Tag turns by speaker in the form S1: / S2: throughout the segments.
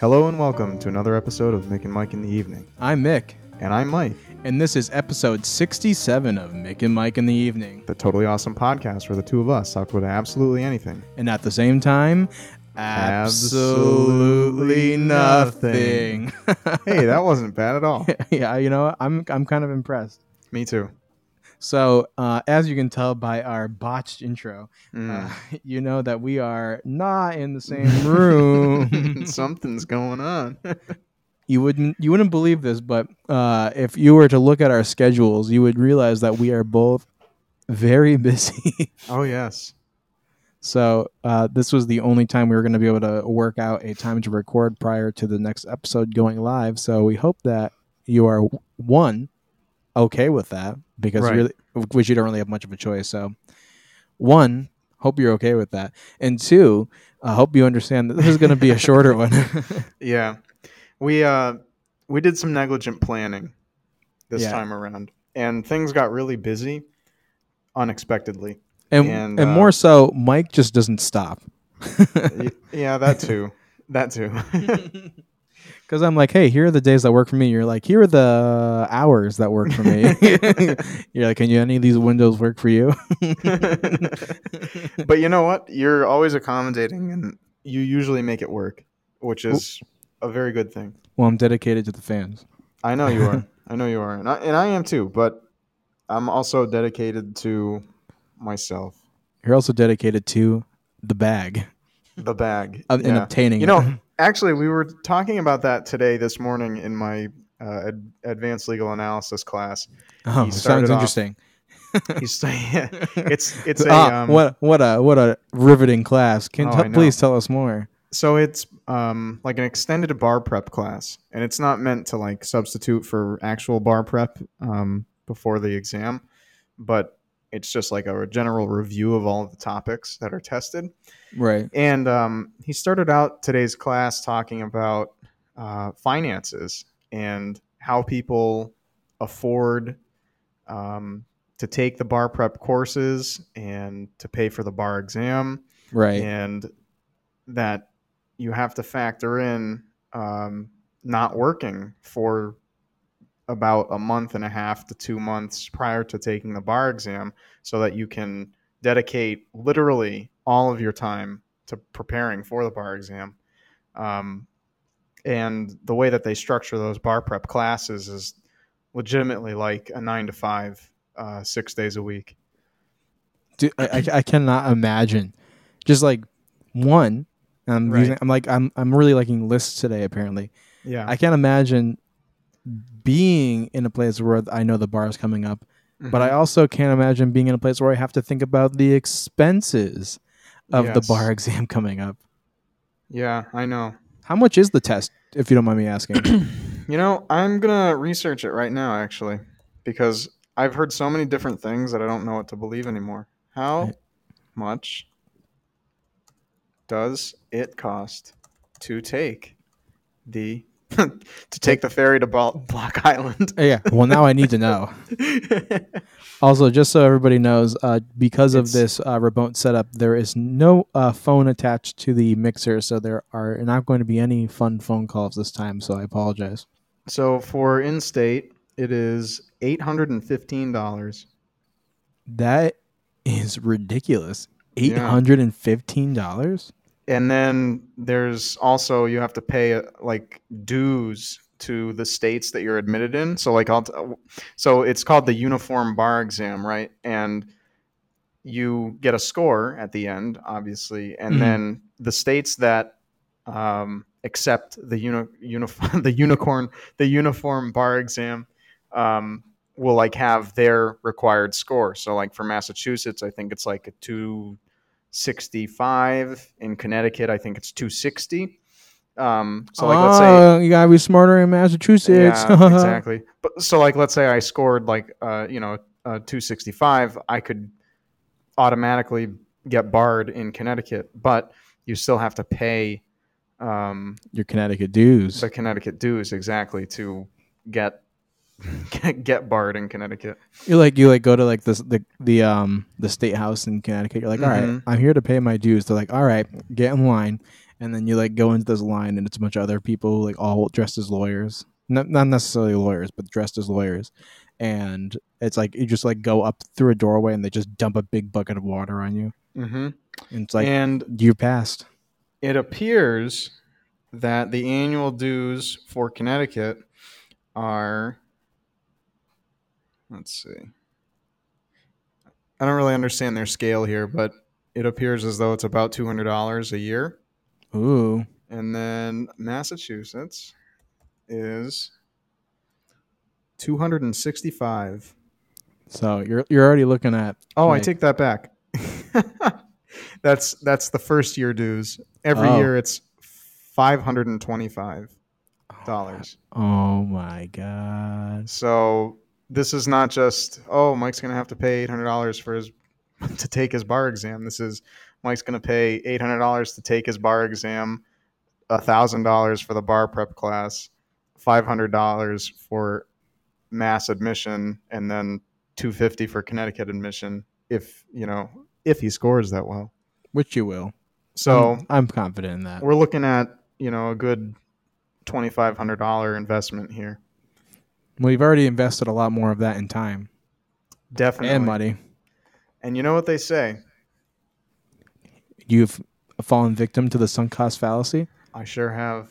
S1: Hello and welcome to another episode of Mick and Mike in the Evening.
S2: I'm Mick,
S1: And I'm Mike,
S2: and this is episode 67 of Mick and Mike in the Evening.
S1: the totally awesome podcast where the two of us talk about absolutely anything.
S2: And at the same time,
S1: Absolutely
S2: absolutely nothing.
S1: Hey, that wasn't bad at all.
S2: yeah, you know, I'm I'm kind of impressed.
S1: Me too.
S2: So, uh, as you can tell by our botched intro,
S1: Mm.
S2: uh, you know that we are not in the same room.
S1: Something's going on.
S2: you wouldn't you wouldn't believe this, but uh, if you were to look at our schedules, you would realize that we are both very busy.
S1: oh, yes.
S2: So uh, this was the only time we were going to be able to work out a time to record prior to the next episode going live. So we hope that you are one okay with that because
S1: Right.
S2: really, which you don't really have much of a choice. So one, hope you're okay with that, and two, I hope you understand that this is going to be a shorter one.
S1: Yeah. We, uh, we did some negligent planning this
S2: Yeah.
S1: time around, and things got really busy unexpectedly.
S2: And,
S1: And,
S2: and,
S1: uh,
S2: more so, Mike just doesn't stop.
S1: Y- yeah, that too. That too.
S2: Because I'm like, hey, here are the days that work for me. You're like, here are the hours that work for me. You're like, can you any of these windows work for you?
S1: but you know what? You're always accommodating, and you usually make it work, which is a very good thing.
S2: Well, I'm dedicated to the fans.
S1: I know you are. I know you are, and I, and I am too. But I'm also dedicated to myself,
S2: You're also dedicated to the bag
S1: the bag,
S2: of, and
S1: Yeah.
S2: obtaining.
S1: You
S2: it.
S1: know, actually, we were talking about that today this morning in my uh, ad- advanced legal analysis class.
S2: oh,
S1: he started
S2: sounds
S1: off-
S2: interesting.
S1: He's, it's it's a
S2: Ah,
S1: um,
S2: what what a what a riveting class! Can
S1: Oh,
S2: t-
S1: I know.
S2: please tell us more?
S1: So it's um, like an extended bar prep class, and it's not meant to like substitute for actual bar prep um, before the exam, but it's just like a general review of all of the topics that are tested.
S2: Right.
S1: And um, he started out today's class talking about uh, finances and how people afford um, to take the bar prep courses and to pay for the bar exam
S2: Right.
S1: and that you have to factor in um, not working for about a month and a half to two months prior to taking the bar exam so that you can dedicate literally all of your time to preparing for the bar exam. Um, and the way that they structure those bar prep classes is legitimately like a nine to five, uh, six days a week.
S2: Dude, I, I I cannot imagine. Just like one, and I'm
S1: Right.
S2: using. I'm like I'm I'm really liking lists today. Apparently,
S1: Yeah.
S2: I can't imagine being in a place where I know the bar is coming up but
S1: Mm-hmm.
S2: I also can't imagine being in a place where I have to think about the expenses of the
S1: Yes.
S2: bar exam coming up.
S1: yeah, I know.
S2: How much is the test, if you don't mind me asking?
S1: You know, I'm gonna research it right now, actually, because I've heard so many different things that I don't know what to believe anymore. How much does it cost to take the to take the ferry to Bal- Block Island?
S2: yeah. Well, now I need to know.
S1: yeah,
S2: Also, just so everybody knows, uh, because of
S1: It's-
S2: this uh, remote setup, there is no uh, phone attached to the mixer, so there are not going to be any fun phone calls this time. So I apologize.
S1: so for in-state, it is eight hundred and fifteen dollars.
S2: That is ridiculous.
S1: Yeah.
S2: Eight hundred and fifteen dollars.
S1: and then there's also you have to pay uh, like dues to the states that you're admitted in so like I'll t- so it's called the uniform bar exam right and you get a score at the end obviously and
S2: Mhm.
S1: then the states that um, accept the uni- uniform the unicorn the uniform bar exam um, will like have their required score so like for massachusetts i think it's like a 2 65 in Connecticut. I think it's 260. Um, so like let's say
S2: Oh, you gotta be smarter in Massachusetts.
S1: yeah, exactly. But so like let's say I scored like uh, you know uh, 265, I could automatically get barred in Connecticut, but you still have to pay um,
S2: Your Connecticut dues.
S1: the Connecticut dues exactly to get get, get barred in Connecticut.
S2: You like you like go to like this the the um the state house in Connecticut. You're like, all right,
S1: Mhm.
S2: I'm here to pay my dues. They're like, all right, get in line, and then you like go into this line and it's a bunch of other people like all dressed as lawyers not, not necessarily lawyers but dressed as lawyers and it's like you just like go up through a doorway and they just dump a big bucket of water on you
S1: Mm-hmm.
S2: and it's like
S1: and
S2: you passed
S1: it appears that the annual dues for Connecticut are let's see. I don't really understand their scale here, but it appears as though it's about two hundred dollars a year.
S2: ooh
S1: And then Massachusetts is two hundred and sixty-five.
S2: so you're you're already looking at
S1: Oh, I
S2: Right.
S1: take that back. that's that's the first year dues. Every
S2: Oh.
S1: year it's five hundred and twenty-five dollars.
S2: oh my god
S1: So this is not just oh Mike's gonna have to pay eight hundred dollars for his to take his bar exam. This is Mike's gonna pay eight hundred dollars to take his bar exam, thousand dollars for the bar prep class, five hundred dollars for mass admission, and then two fifty for Connecticut admission if you know if he scores that well.
S2: which you will
S1: So
S2: I'm, I'm confident in that
S1: we're looking at you know a good twenty five hundred dollar investment here.
S2: we've already invested a lot more of that in time
S1: Definitely.
S2: and money
S1: And you know what they say.
S2: you've fallen victim to the sunk cost fallacy
S1: I sure have.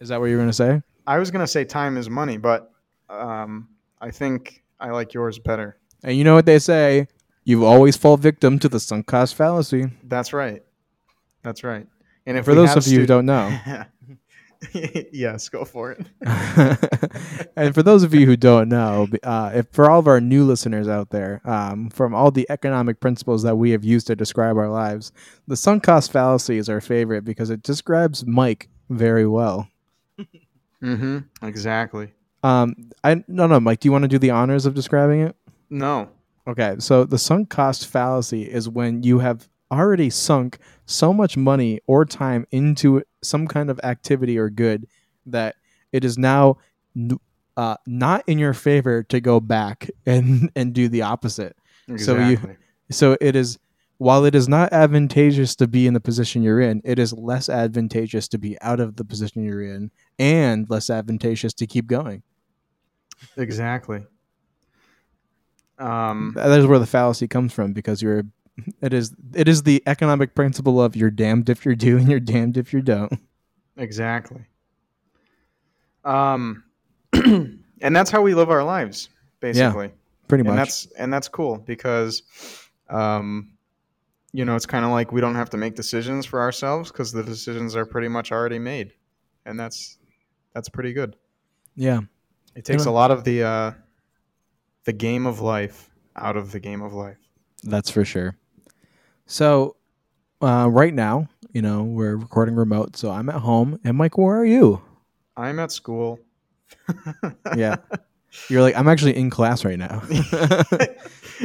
S2: is that what you're gonna say
S1: I was gonna say time is money, but um, I think I like yours better.
S2: and you know what they say you always fall victim to the sunk cost fallacy
S1: That's right. That's right. And if
S2: for
S1: we
S2: those
S1: have
S2: of you who
S1: stu-
S2: don't know
S1: yes, go for it.
S2: and for those of you who don't know, b- uh, if for all of our new listeners out there, um, from all the economic principles that we have used to describe our lives, the sunk cost fallacy is our favorite because it describes Mike very well.
S1: Mm-hmm. Exactly.
S2: Um, I no no Mike, do you want to do the honors of describing it?
S1: No.
S2: Okay, so the sunk cost fallacy is when you have already sunk so much money or time into some kind of activity or good that it is now n- uh, not in your favor to go back and and do the opposite. So you-
S1: Exactly.
S2: So it is while it is not advantageous to be in the position you're in, it is less advantageous to be out of the position you're in and less advantageous to keep going.
S1: Exactly. Um,
S2: That is where the fallacy comes from because you're it is it is the economic principle of you're damned if you do and you're damned if you don't.
S1: exactly. Um, and that's how we live our lives, basically.
S2: Pretty much.
S1: and that's and that's cool because um you know it's kind of like we don't have to make decisions for ourselves because the decisions are pretty much already made and that's that's pretty good
S2: yeah.
S1: it takes a lot of the uh the game of life out of the game of life
S2: That's for sure. So uh, right now, you know, we're recording remote, so I'm at home and Mike, where are you?
S1: i'm at school
S2: Yeah. You're like, I'm actually in class right now.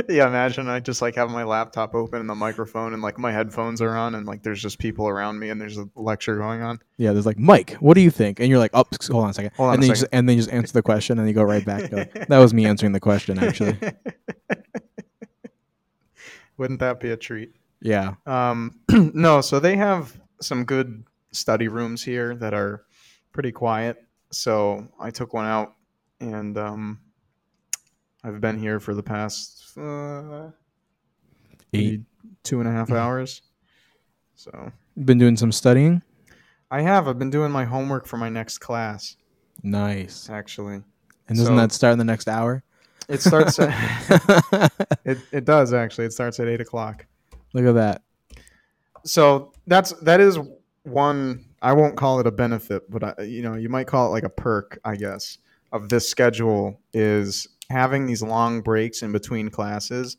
S1: yeah imagine i just like have my laptop open and the microphone and like my headphones are on and like there's just people around me and there's a lecture going on
S2: yeah, there's like, Mike, what do you think? And you're like, oh, s- hold on a second.
S1: Hold on
S2: and
S1: a
S2: then you
S1: second.
S2: just and then you just answer the question and you go right back. You're like, that was me answering the question actually.
S1: wouldn't that be a treat
S2: Yeah.
S1: Um, no, so they have some good study rooms here that are pretty quiet. So I took one out, and um, I've been here for the past uh,
S2: Eight. Mm-hmm.
S1: maybe two and a half hours. So
S2: Been doing some studying?
S1: I have. I've been doing my homework for my next class,
S2: Nice.
S1: actually.
S2: And doesn't
S1: So-
S2: that start in the next hour?
S1: It starts.
S2: Look
S1: at,
S2: at
S1: it it does actually. It starts at eight o'clock.
S2: that.
S1: so that's that is one i won't call it a benefit but I, you know you might call it like a perk i guess of this schedule is having these long breaks in between classes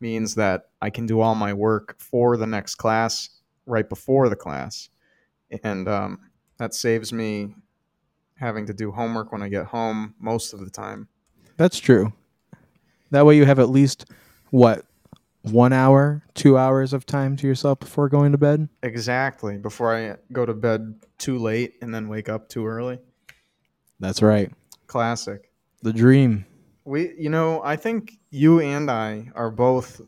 S1: means that i can do all my work for the next class right before the class and um, that saves me having to do homework when i get home most of the time
S2: That's true. That way you have at least what one hour, two hours of time to yourself before going to bed.
S1: exactly before i go to bed too late and then wake up too early
S2: That's right.
S1: classic
S2: The dream.
S1: We, you know, I think you and I are both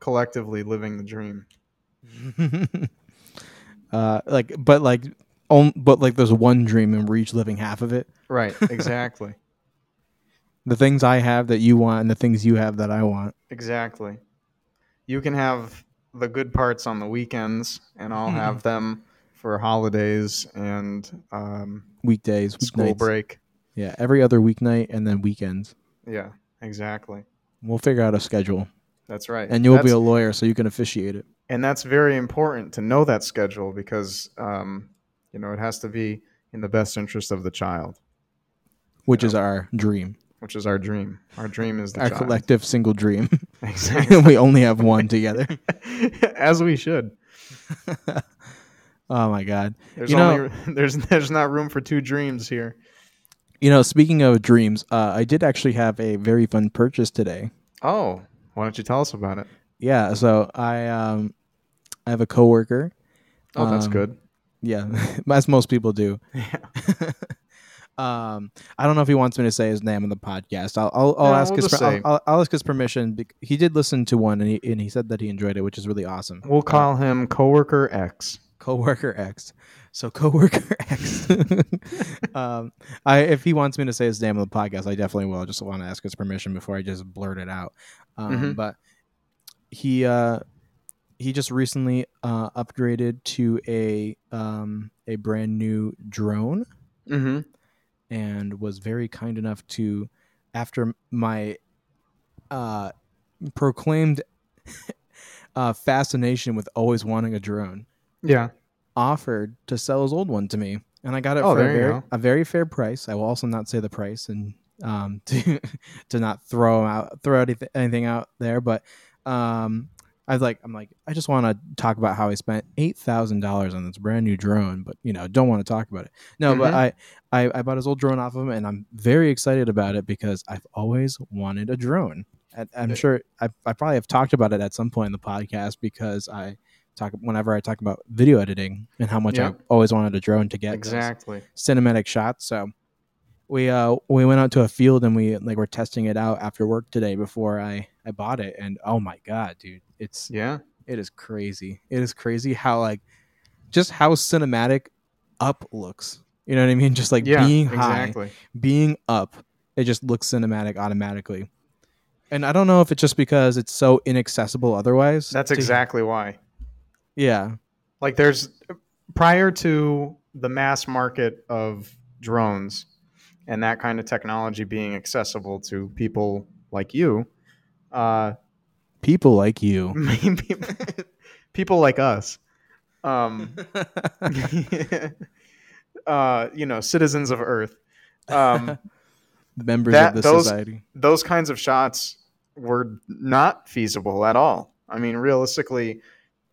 S1: collectively living the dream.
S2: Uh, like, but like, on, but like, there's one dream and we're each living half of it.
S1: Right. Exactly.
S2: The things I have that you want, and the things you have that I want.
S1: exactly. You can have the good parts on the weekends, and
S2: Mm-hmm.
S1: I'll have them for holidays and um,
S2: Weekdays,
S1: school
S2: weeknights.
S1: break.
S2: Yeah, every other weeknight, and then weekends.
S1: Yeah. Exactly.
S2: We'll figure out a schedule,
S1: That's right.
S2: and you'll
S1: That's-
S2: be a lawyer, so you can officiate it.
S1: and that's very important to know that schedule because um, you know it has to be in the best interest of the child
S2: which
S1: Yeah.
S2: is our dream,
S1: which is our dream our dream is the
S2: our
S1: child
S2: collective single dream.
S1: exactly
S2: we only have one together.
S1: as we should
S2: oh my god!
S1: there's
S2: You know-
S1: only there's there's not room for two dreams here
S2: You know, speaking of dreams, uh, I did actually have a very fun purchase today.
S1: oh why don't you tell us about it
S2: Yeah, so I um, I have a coworker.
S1: oh that's
S2: Um,
S1: good
S2: Yeah, as most people do.
S1: yeah
S2: um, I don't know if he wants me to say his name on the podcast. I'll I'll, I'll
S1: No,
S2: ask
S1: we'll
S2: his
S1: just
S2: per- I'll,
S1: say.
S2: I'll, I'll ask his permission. bec- He did listen to one, and he and he said that he enjoyed it, which is really awesome.
S1: we'll call him coworker x
S2: coworker X. So coworker X. um, I if he wants me to say his name on the podcast, I definitely will. I just want to ask his permission before I just blurt it out. Um,
S1: Mhm.
S2: But he uh, he just recently uh, upgraded to a um, a brand new drone
S1: mm-hmm
S2: and was very kind enough to after my uh, proclaimed uh, fascination with always wanting a drone
S1: yeah
S2: offered to sell his old one to me, and I got it
S1: Oh,
S2: for a
S1: there you
S2: very,
S1: go.
S2: a very fair price. I will also not say the price and um, to to not throw 'em out throw anyth- anything out there, but um, I was like, I'm like, I just want to talk about how I spent eight thousand dollars on this brand new drone, but you know, don't want to talk about it. No, but
S1: Mhm.
S2: I, I I bought his old drone off of him, and I'm very excited about it because I've always wanted a drone. And I'm
S1: Yeah.
S2: sure I, I probably have talked about it at some point in the podcast because I talk whenever I talk about video editing and how much
S1: Yeah.
S2: I always wanted a drone to get those
S1: exactly
S2: cinematic shots. So we uh we went out to a field and we like were testing it out after work today before I I bought it and oh my god, dude, it's
S1: yeah
S2: it is crazy. It is crazy how like just how cinematic up looks. You know what I mean? Just like
S1: yeah
S2: being high,
S1: exactly
S2: being up, it just looks cinematic automatically. And I don't know if it's just because it's so inaccessible otherwise.
S1: that's
S2: to-
S1: exactly why
S2: Yeah.
S1: Like there's prior to the mass market of drones and that kind of technology being accessible to people like you, uh,
S2: People like you.
S1: maybe people like us, um, uh, you know, citizens of Earth, um,
S2: the members
S1: That-
S2: of the
S1: those-
S2: society.
S1: those kinds of shots were not feasible at all. I mean, realistically,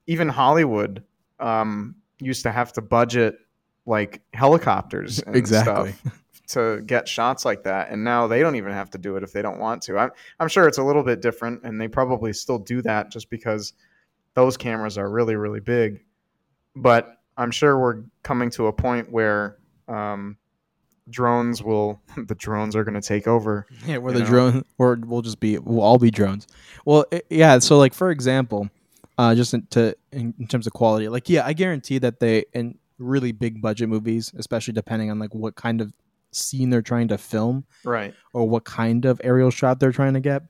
S1: even Hollywood um, used to have to budget like helicopters and
S2: Exactly.
S1: stuff to get shots like that, and now they don't even have to do it if they don't want to. I'm I'm sure it's a little bit different, and they probably still do that just because those cameras are really really big. But I'm sure we're coming to a point where um, drones will the drones are going to take over
S2: Yeah, where
S1: you
S2: the
S1: know?
S2: drone, or we'll just be, we'll all be drones. Well, i yeah. So, like for example, uh, just in, to in, in terms of quality, like yeah, I guarantee that they in really big budget movies, especially depending on like what kind of scene they're trying to film
S1: right.
S2: or what kind of aerial shot they're trying to get.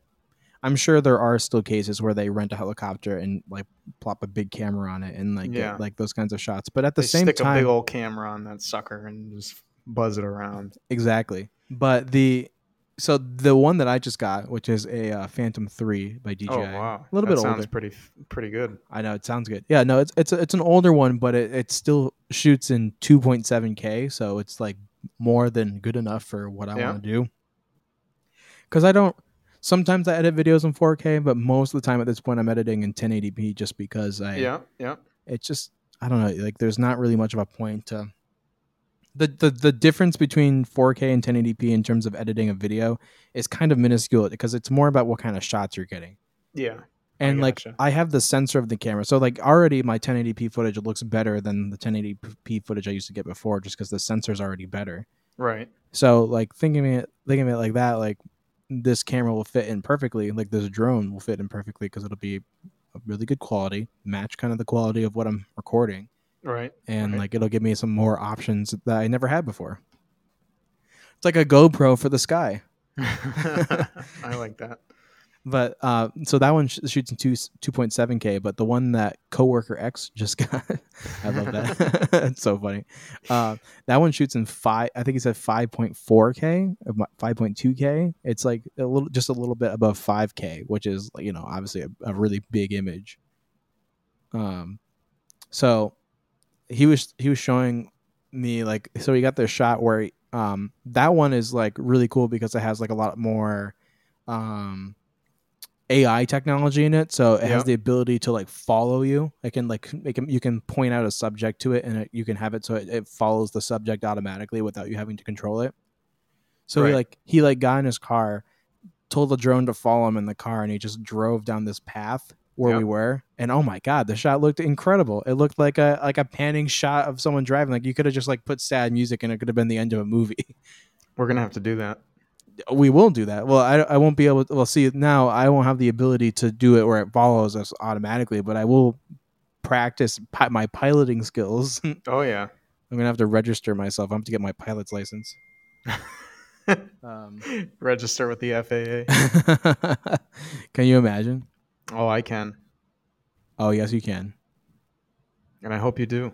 S2: I'm sure there are still cases where they rent a helicopter and like plop a big camera on it and like get,
S1: Yeah.
S2: like those kinds of shots. But at the
S1: they
S2: same
S1: stick a
S2: time,
S1: big old camera on that sucker and just buzz it around.
S2: Exactly. But the so the one that I just got, which is a uh, Phantom Three by DJI.
S1: Oh wow,
S2: A little
S1: that
S2: bit
S1: sounds
S2: older.
S1: pretty pretty good.
S2: I know it sounds good. Yeah, no, it's it's a, it's an older one, but it, it still shoots in 2.7K, so it's like more than good enough for what I
S1: Yeah.
S2: want to do. Because I don't. Sometimes I edit videos in 4K, but most of the time at this point I'm editing in 1080p just because I
S1: Yeah, yeah,
S2: it's just I don't know. Like there's not really much of a point to the the the difference between 4K and 1080p in terms of editing a video is kind of minuscule because it's more about what kind of shots you're getting.
S1: yeah.
S2: And like
S1: gotcha.
S2: I have the sensor of the camera, so like already my 1080p footage looks better than the 1080p footage I used to get before, just because the sensor's already better.
S1: Right.
S2: So like thinking of it thinking of it like that, like this camera will fit in perfectly, like this drone will fit in perfectly because it'll be a really good quality, match kind of the quality of what I'm recording.
S1: Right.
S2: and
S1: Right.
S2: like it'll give me some more options that I never had before. It's like a GoPro for the sky.
S1: I like that.
S2: But uh, so that one sh- shoots in two two point seven k, but the one that coworker X just got, I love that. it's so funny. Uh, that one shoots in five. I think he said five point four k, uh, five point two k. It's like a little, just a little bit above five k, which is you know obviously a, a really big image. Um, so he was he was showing me like so he got this shot where he- um that one is like really cool because it has like a lot more um AI technology in it, so it
S1: Yeah.
S2: has the ability to like follow you. It can like it can, you can point out a subject to it, and it, you can have it so it, it follows the subject automatically without you having to control it. So he
S1: Right.
S2: like he like got in his car, told the drone to follow him in the car, and he just drove down this path where
S1: Yep.
S2: we were. And oh my god, the shot looked incredible. It looked like a like a panning shot of someone driving. Like you could have just like put sad music, and it could have been the end of a movie.
S1: We're gonna have to do that.
S2: we will do that. Well, I, I won't be able. To, well, see now I won't have the ability to do it where it follows us automatically, but I will practice pi- my piloting skills. I'm
S1: Oh yeah.
S2: gonna have to register myself. I'm have to get my pilot's license. um,
S1: Register with the FAA.
S2: can you imagine?
S1: Oh, I can,
S2: Oh yes, you can.
S1: and I hope you do,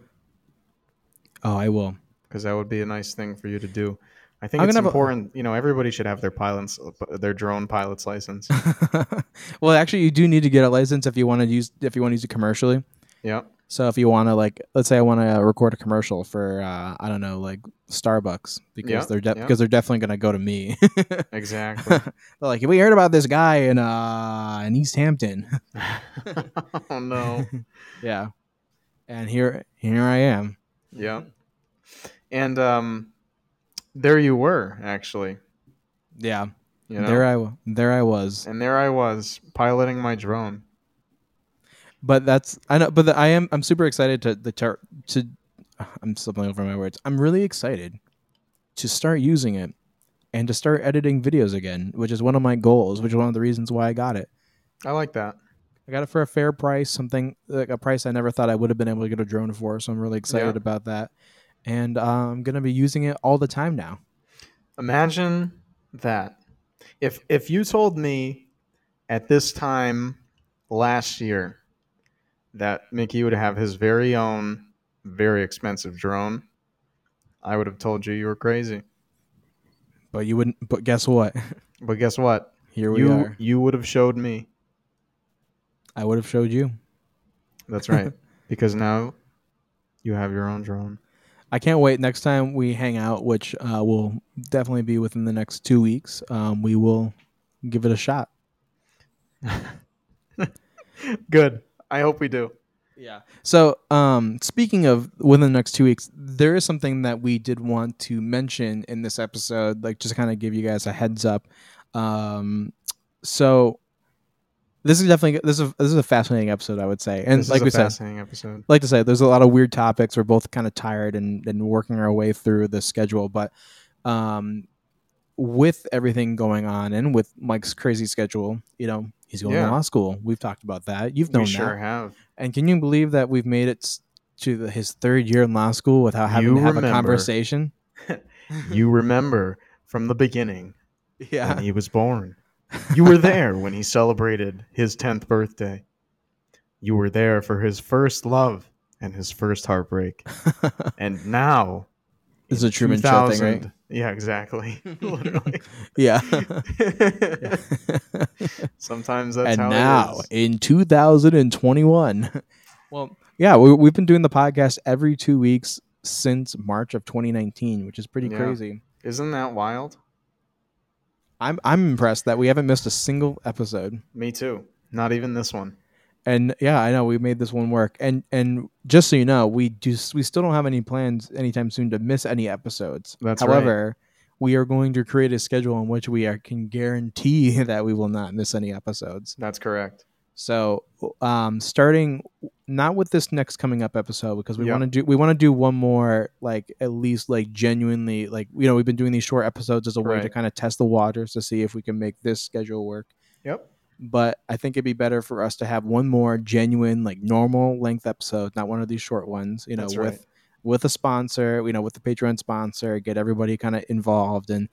S2: Oh, I will.
S1: because that would be a nice thing for you to do. I think
S2: I'm
S1: it's
S2: gonna have a-
S1: important. you know, everybody should have their pilots, their drone pilot's license.
S2: well, actually, you do need to get a license if you want to use if you want to use it commercially.
S1: yeah.
S2: So if you want to like, let's say I want to record a commercial for uh, I don't know, like Starbucks because
S1: Yeah,
S2: they're de-
S1: yeah.
S2: because they're definitely gonna go to me. they're
S1: Exactly.
S2: like, we heard about this guy in uh in East Hampton.
S1: oh no.
S2: yeah, and here here I am.
S1: Yeah. And um, there you were actually.
S2: Yeah,
S1: You know?
S2: there I wa- there I was.
S1: and there I was piloting my drone.
S2: But that's I know. But the, I am I'm super excited to the ter- to ah, I'm stumbling over my words. I'm really excited to start using it and to start editing videos again, which is one of my goals, which is one of the reasons why I got it.
S1: I like that.
S2: I got it for a fair price, something like a price I never thought I would have been able to get a drone for. So I'm really excited
S1: Yeah.
S2: about that. And uh, I'm going to be using it all the time now.
S1: Imagine that. If if you told me at this time last year that Mickey would have his very own very expensive drone, I would have told you you were crazy.
S2: But you wouldn't, but guess what?
S1: But guess what?
S2: Here we
S1: You
S2: are.
S1: you would have showed me.
S2: I would have showed you.
S1: That's right. because now you have your own drone.
S2: I can't wait. Next time we hang out, which uh, will definitely be within the next two weeks, um, we will give it a shot.
S1: Good. I hope we do.
S2: Yeah. So, um, speaking of within the next two weeks, there is something that we did want to mention in this episode, like just kind of give you guys a heads up. Um, so this is definitely this is this is a fascinating episode, I would say, and
S1: This
S2: like
S1: is a
S2: we said,
S1: fascinating episode.
S2: like to say, there's a lot of weird topics. We're both kind of tired and, and working our way through the schedule, but um, with everything going on and with Mike's crazy schedule, you know, he's going
S1: Yeah.
S2: to law school. We've talked about that. You've known
S1: We sure
S2: that.
S1: have.
S2: And can you believe that we've made it s- to the, his third year in law school without having
S1: You
S2: to have
S1: remember.
S2: a conversation?
S1: You remember from the beginning
S2: Yeah.
S1: when he was born. You were there when he celebrated his 10th birthday. You were there for his first love and his first heartbreak. And now
S2: This is
S1: in
S2: a Truman Show thing, right?
S1: 2000 Yeah, exactly. Literally.
S2: yeah.
S1: Sometimes that's
S2: and
S1: how
S2: now
S1: it is.
S2: in 2021. well, yeah, we, we've been doing the podcast every two weeks since March of 2019, which is pretty
S1: Yeah.
S2: crazy.
S1: Isn't that wild?
S2: I'm I'm impressed that we haven't missed a single episode.
S1: Me too. Not even this one.
S2: And yeah, I know we made this one work. And and just so you know, we do we still don't have any plans anytime soon to miss any episodes.
S1: That's right.
S2: However, we are going to create a schedule on which we are, can guarantee that we will not miss any episodes.
S1: That's correct.
S2: So, um, starting not with this next coming up episode because we
S1: Yeah.
S2: want to do we want to do one more like at least like genuinely like you know we've been doing these short episodes as a way to
S1: Right.
S2: kind of test the waters to see if we can make this schedule work.
S1: Yep.
S2: But I think it'd be better for us to have one more genuine, like normal length episode, not one of these short ones. You know,
S1: That's
S2: with
S1: right.
S2: with a sponsor, you know, with the Patreon sponsor, get everybody kind of involved and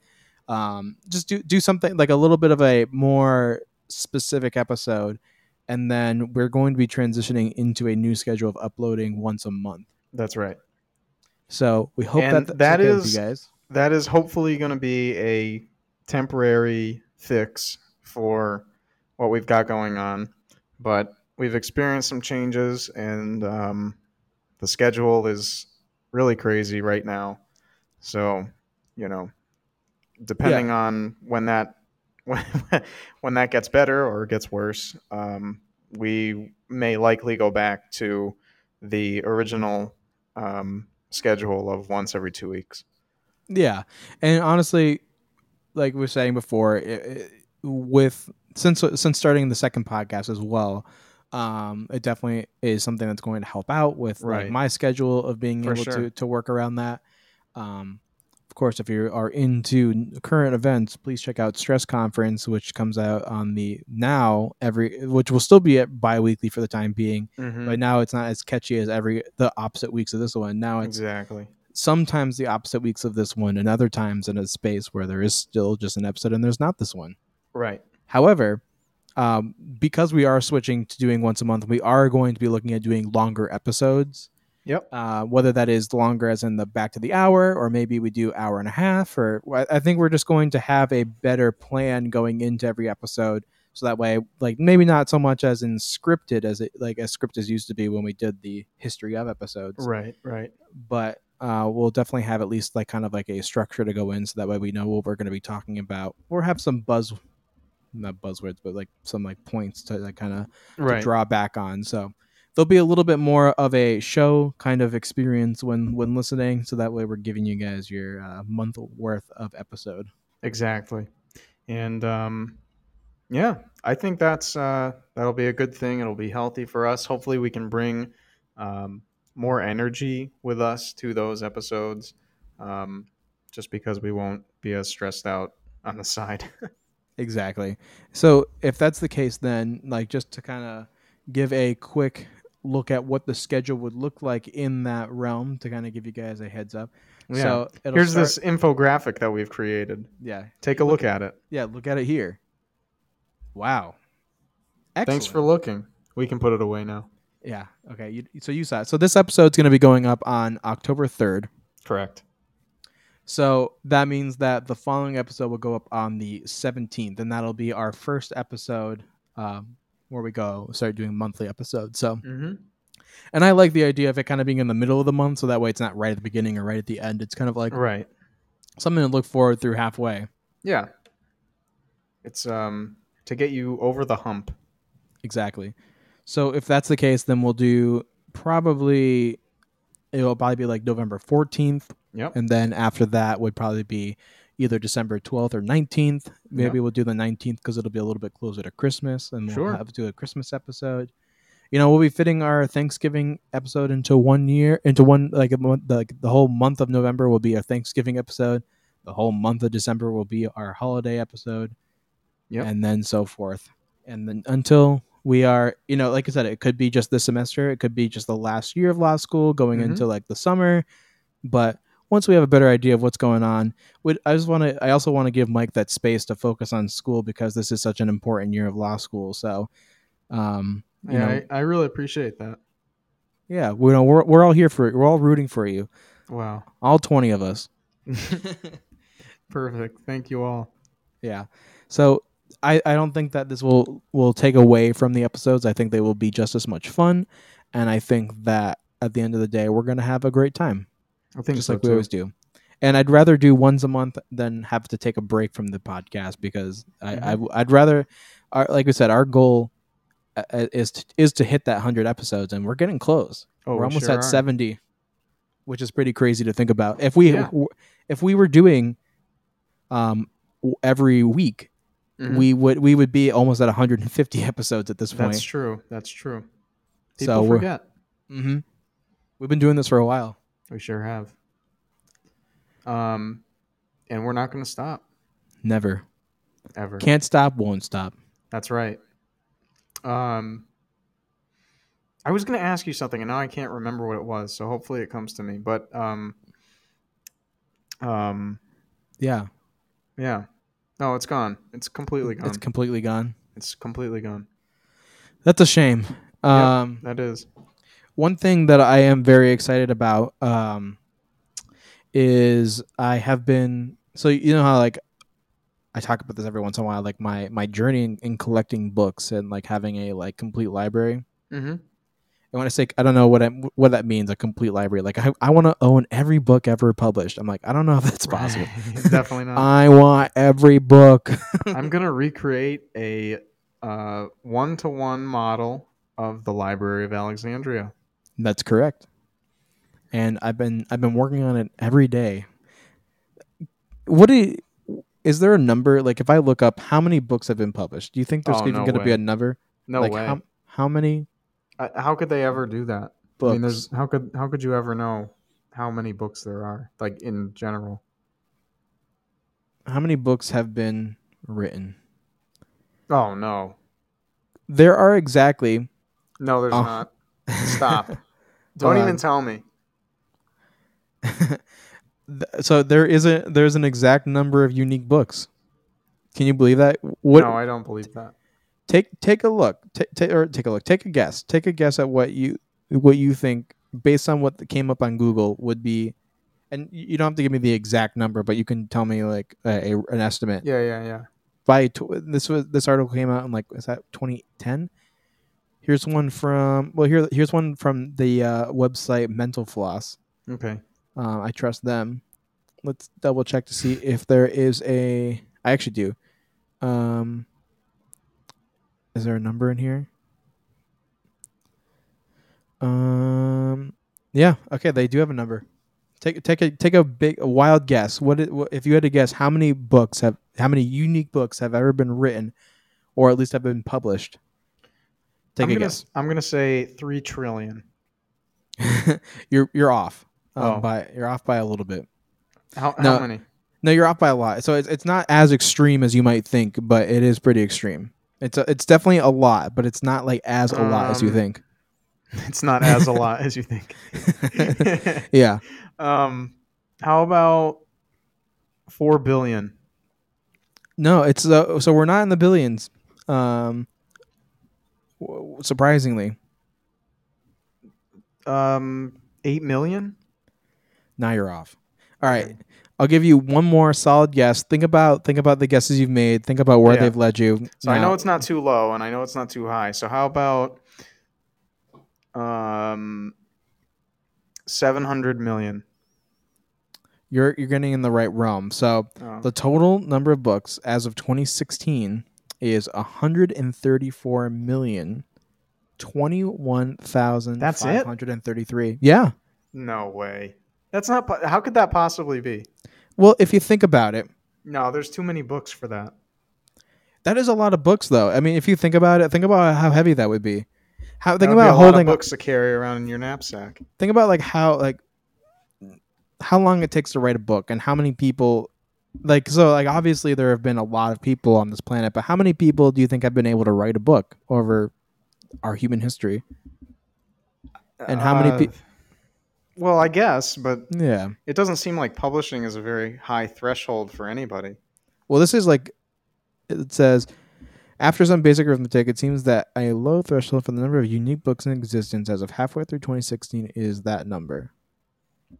S2: um, just do do something like a little bit of a more specific episode. And then we're going to be transitioning into a new schedule of uploading once a month.
S1: That's right.
S2: So we hope
S1: And
S2: that th-
S1: that
S2: okay with
S1: is-
S2: you guys.
S1: that is hopefully going to be a temporary fix for what we've got going on. But we've experienced some changes, and um, the schedule is really crazy right now. So, you know, depending on when that when, when that gets better or gets worse, um, we may likely go back to the original um, schedule of once every two weeks.
S2: Yeah, and honestly, like we were saying before, i i with since since starting the second podcast as well, um, it definitely is something that's going to help out with like,
S1: Right.
S2: my schedule of being
S1: For
S2: able
S1: sure.
S2: to to work around that. Um, of course, if you are into current events, please check out Stress Conference, which comes out on the now every, which will still be at biweekly for the time being.
S1: Mhm.
S2: But now it's not as catchy as every the opposite weeks of this one. Now it's
S1: Exactly.
S2: sometimes the opposite weeks of this one and other times in a space where there is still just an episode and there's not this one
S1: Right.
S2: however um, because we are switching to doing once a month we are going to be looking at doing longer episodes
S1: Yep.
S2: uh, whether that is longer as in the back to the hour or maybe we do hour and a half or I- i think we're just going to have a better plan going into every episode so that way like maybe not so much as in scripted as it like as script as used to be when we did the history of episodes
S1: Right. Right.
S2: but uh, we'll definitely have at least like kind of like a structure to go in so that way we know what we're going to be talking about or have some buzz not buzzwords but like some like points to like kind of
S1: Right.
S2: to draw back on so there'll be a little bit more of a show kind of experience when when listening so that way we're giving you guys your uh, month worth of episode
S1: Exactly. And um, yeah, I think that's uh, that'll be a good thing. It'll be healthy for us. Hopefully, we can bring um, more energy with us to those episodes, um, just because we won't be as stressed out on the side.
S2: Exactly. So if that's the case, then like just to kind of give a quick look at what the schedule would look like in that realm to kind of give you guys a heads up.
S1: Yeah.
S2: So it'll
S1: Here's
S2: start-
S1: this infographic that we've created.
S2: Yeah,
S1: Take a look at it.
S2: yeah. Look at it here. Wow.
S1: Thanks for
S2: Excellent.
S1: looking. We can put it away now.
S2: yeah. Okay. You, so you saw it. So this episode's going to be going up on October third.
S1: Correct.
S2: So that means that the following episode will go up on the 17th, and that'll be our first episode um, where we go start doing monthly episodes. So
S1: Mm-hmm.
S2: And I like the idea of it kind of being in the middle of the month, so that way it's not right at the beginning or right at the end. It's kind of like
S1: Right.
S2: something to look forward through halfway.
S1: Yeah. It's um to get you over the hump.
S2: Exactly. So if that's the case, then we'll do probably it'll probably be like November 14th,
S1: Yep.
S2: and then after that would probably be either December 12th or 19th. Maybe we'll do the 19th because it'll be a little bit closer to Christmas, and we'll
S1: Sure.
S2: have to do a Christmas episode. You know, we'll be fitting our Thanksgiving episode into one year, into one like a month, like the whole month of November will be our Thanksgiving episode. The whole month of December will be our holiday episode,
S1: Yep.
S2: and then so forth. And then until we are, you know, like I said, it could be just this semester, it could be just the last year of law school, going
S1: Mhm.
S2: into like the summer. But once we have a better idea of what's going on, would I just want to? I also want to give Mike that space to focus on school because this is such an important year of law school. So, um, you
S1: yeah,
S2: know,
S1: I, I really appreciate that.
S2: yeah, we know we're we're all here for we're all rooting for you,
S1: Wow.
S2: all twenty of us.
S1: Perfect. Thank you all.
S2: Yeah. So I, I don't think that this will will take away from the episodes. I think they will be just as much fun, and I think that at the end of the day, we're gonna have a great time,
S1: I think
S2: just
S1: so
S2: like we
S1: too.
S2: always do. And I'd rather do once a month than have to take a break from the podcast because I,
S1: Mm-hmm.
S2: I I'd rather, our, like we said, our goal uh, uh, is to, is to hit that hundred episodes, and we're getting close.
S1: Oh,
S2: we're
S1: we
S2: almost
S1: sure
S2: at
S1: are.
S2: 70 which is pretty crazy to think about if we
S1: Yeah.
S2: w- if we were doing um w- every week
S1: Mhm.
S2: we would we would be almost at 150 episodes at this
S1: That's
S2: point
S1: true. That's true.
S2: So
S1: People
S2: we're-
S1: forget.
S2: mm-hmm. we've been doing this for a while
S1: We sure have. Um, and we're not going to stop
S2: never
S1: ever.
S2: can't stop won't stop
S1: That's right. Um, I was going to ask you something, and now I can't remember what it was. So hopefully it comes to me. But um, um,
S2: Yeah,
S1: yeah, no, it's gone. It's completely gone.
S2: it's
S1: It's,
S2: completely gone.
S1: completely gone.
S2: That's a shame. Um,
S1: That is.
S2: one thing that I am very excited about um, is I have been so you know how like I talk about this every once in a while, like my my journey in, in collecting books and like having a like complete library. And
S1: hmm
S2: when I say I don't know what I, what that means, a complete library, like I, I want to own every book ever published. I'm like I don't know if that's possible.
S1: Definitely not.
S2: I want every book.
S1: I'm gonna recreate a uh, one-to-one model of the Library of Alexandria.
S2: That's correct. And I've been I've been working on it every day. What i- is there a number like if I look up how many books have been published? Do you think there's
S1: Oh,
S2: even
S1: no
S2: going to be
S1: way.
S2: a number?
S1: No
S2: like
S1: way.
S2: how how many
S1: Uh, how could they ever do that? I
S2: books?
S1: mean, there's how could how could you ever know how many books there are, like in general?
S2: how many books have been written?
S1: Oh no,
S2: There are exactly
S1: no, there's
S2: Oh.
S1: not. Stop. Don't
S2: Hold
S1: even
S2: on.
S1: tell me.
S2: Th- so there is a there's an exact number of unique books. Can you believe that? What
S1: no, I don't believe that.
S2: take take a look Ta ta- or take a look take a guess take a guess at what you what you think based on what came up on google would be and you you don't have to give me the exact number but you can tell me like a, a- an estimate
S1: Yeah, yeah, yeah.
S2: by tw- this was this article came out in like is that 2010 here's one from well here here's one from the uh, website mental floss
S1: Okay.
S2: uh, i trust them let's double check to see if there is a i actually do um is there a number in here Um. Yeah. Okay. They do have a number. Take take a take a big a wild guess. What, i- what if you had to guess how many books have how many unique books have ever been written, or at least have been published? Take
S1: I'm
S2: a
S1: gonna,
S2: guess.
S1: I'm gonna say three trillion.
S2: you're you're off. Um,
S1: Oh.
S2: by you're off by a little bit.
S1: How,
S2: No.
S1: how many?
S2: No, you're off by a lot. So it's it's not as extreme as you might think, but it is pretty extreme. It's a, it's definitely a lot, but it's not like as a lot as you
S1: Um,
S2: think.
S1: It's not as a lot as you think.
S2: yeah.
S1: um, how about four billion?
S2: No, it's uh, so we're not in the billions. Um, w- surprisingly,
S1: Um, eight million?
S2: now you're off. All right, I'll give you one more solid guess. Think about think about the guesses you've made. Think about where
S1: Yeah.
S2: they've led you.
S1: So I know it's not too low, and I know it's not too high. So how about um, seven hundred million?
S2: you're you're getting in the right realm. So
S1: Oh,
S2: the total number of books as of 2016 is 134 million. 21,533. Yeah.
S1: no way. That's not. po- How could that possibly be?
S2: Well, if you think about it,
S1: No, there's too many books for that.
S2: That is a lot of books, though. I mean, if you think about it, think about how heavy that would be. How
S1: That
S2: think
S1: would be
S2: about
S1: a lot of
S2: holding.
S1: books to carry around in your knapsack.
S2: Think about like how like how long it takes to write a book, and how many people, like so, like obviously there have been a lot of people on this planet, but how many people do you think have been able to write a book over our human history? And how many
S1: Uh,
S2: peo-
S1: Well, I guess, but
S2: Yeah.
S1: it doesn't seem like publishing is a very high threshold for anybody.
S2: Well, this is like it says. After some basic arithmetic, it seems that a low threshold for the number of unique books in existence as of halfway through 2016 is that number.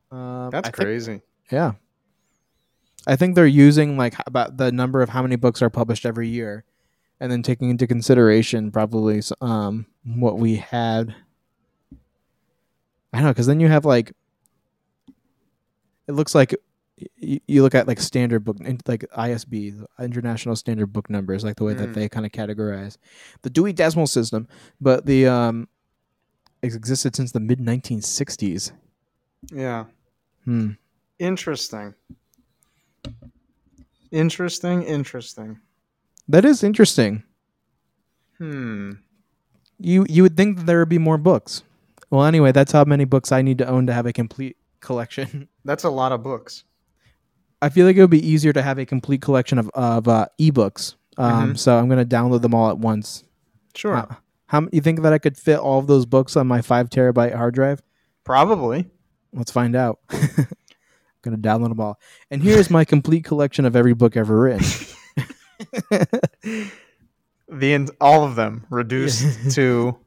S2: Um,
S1: That's
S2: I think-
S1: crazy.
S2: Yeah. I think they're using like h- about the number of how many books are published every year and then taking into consideration probably s- um what we had I don't know cuz then you have like it looks like y- you look at like standard book in- like ISB international standard book numbers like the way that
S1: Mm.
S2: they kind of categorize the Dewey Decimal System but the um it's existed since the mid 1960s
S1: Yeah.
S2: hmm
S1: Interesting. Interesting. Interesting.
S2: that is interesting
S1: Hmm.
S2: you you would think that there would be more books. Well, anyway, that's how many books I need to own to have a complete collection.
S1: That's a lot of books.
S2: I feel like it would be easier to have a complete collection of of uh, ebooks. Um, So I'm going to download them all at once.
S1: Sure.
S2: Uh, How m- you think that I could fit all of those books on my five terabyte hard drive?
S1: Probably.
S2: Let's find out. I'm gonna download them all. And here's my complete collection of every book ever written.
S1: The en- all of them reduced to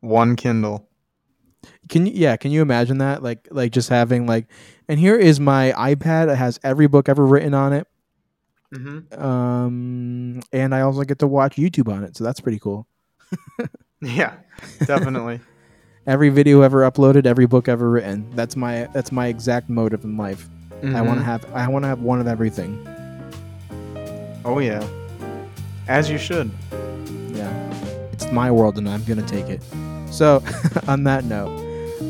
S1: one Kindle.
S2: Can you yeah, can you imagine that? Like like just having like and here is my iPad. It has every book ever written on it.
S1: Mm-hmm.
S2: Um and I also get to watch YouTube on it, so that's pretty cool.
S1: Yeah, definitely.
S2: Every video ever uploaded, every book ever written. That's my that's my exact motive in life. I want to
S1: Mhm.
S2: have I want to have one of everything.
S1: Oh yeah, as you should.
S2: Yeah. It's my world and I'm going to take it. So, on that note,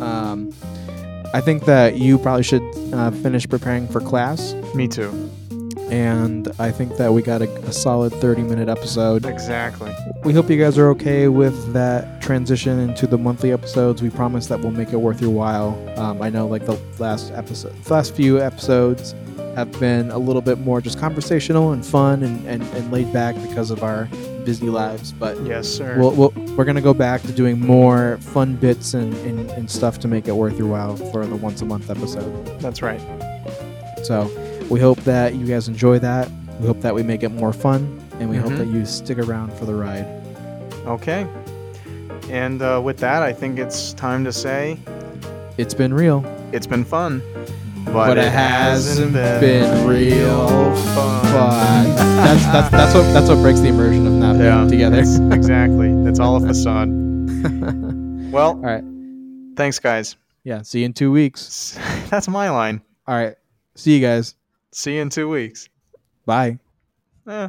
S2: um I think that you probably should uh, finish preparing for class,
S1: Me too.
S2: and I think that we got a, a solid 30 minute episode.
S1: Exactly.
S2: We hope you guys are okay with that transition into the monthly episodes. We promise that we'll make it worth your while. Um, I know, like the last episode, last few episodes have been a little bit more just conversational and fun and, and, and laid back because of our busy lives. But
S1: Yes, sir.
S2: we'll, we'll, we're gonna go back to doing more fun bits and, and, and stuff to make it worth your while for the once a month episode.
S1: That's right.
S2: So we hope that you guys enjoy that. We hope that we make it more fun, and we hope
S1: Mhm.
S2: that you stick around for the ride.
S1: Okay. And uh, with that, I think it's time to say
S2: It's been real.
S1: it's been fun, but,
S2: but it hasn't been real fun. That's that's that's what that's what breaks the immersion of not
S1: Yeah.
S2: being together.
S1: that's- exactly. That's all a facade. Well, all
S2: right.
S1: Thanks, guys.
S2: Yeah. See you in two weeks.
S1: That's my line.
S2: All right. See you guys.
S1: See you in two weeks.
S2: Bye.
S1: Eh.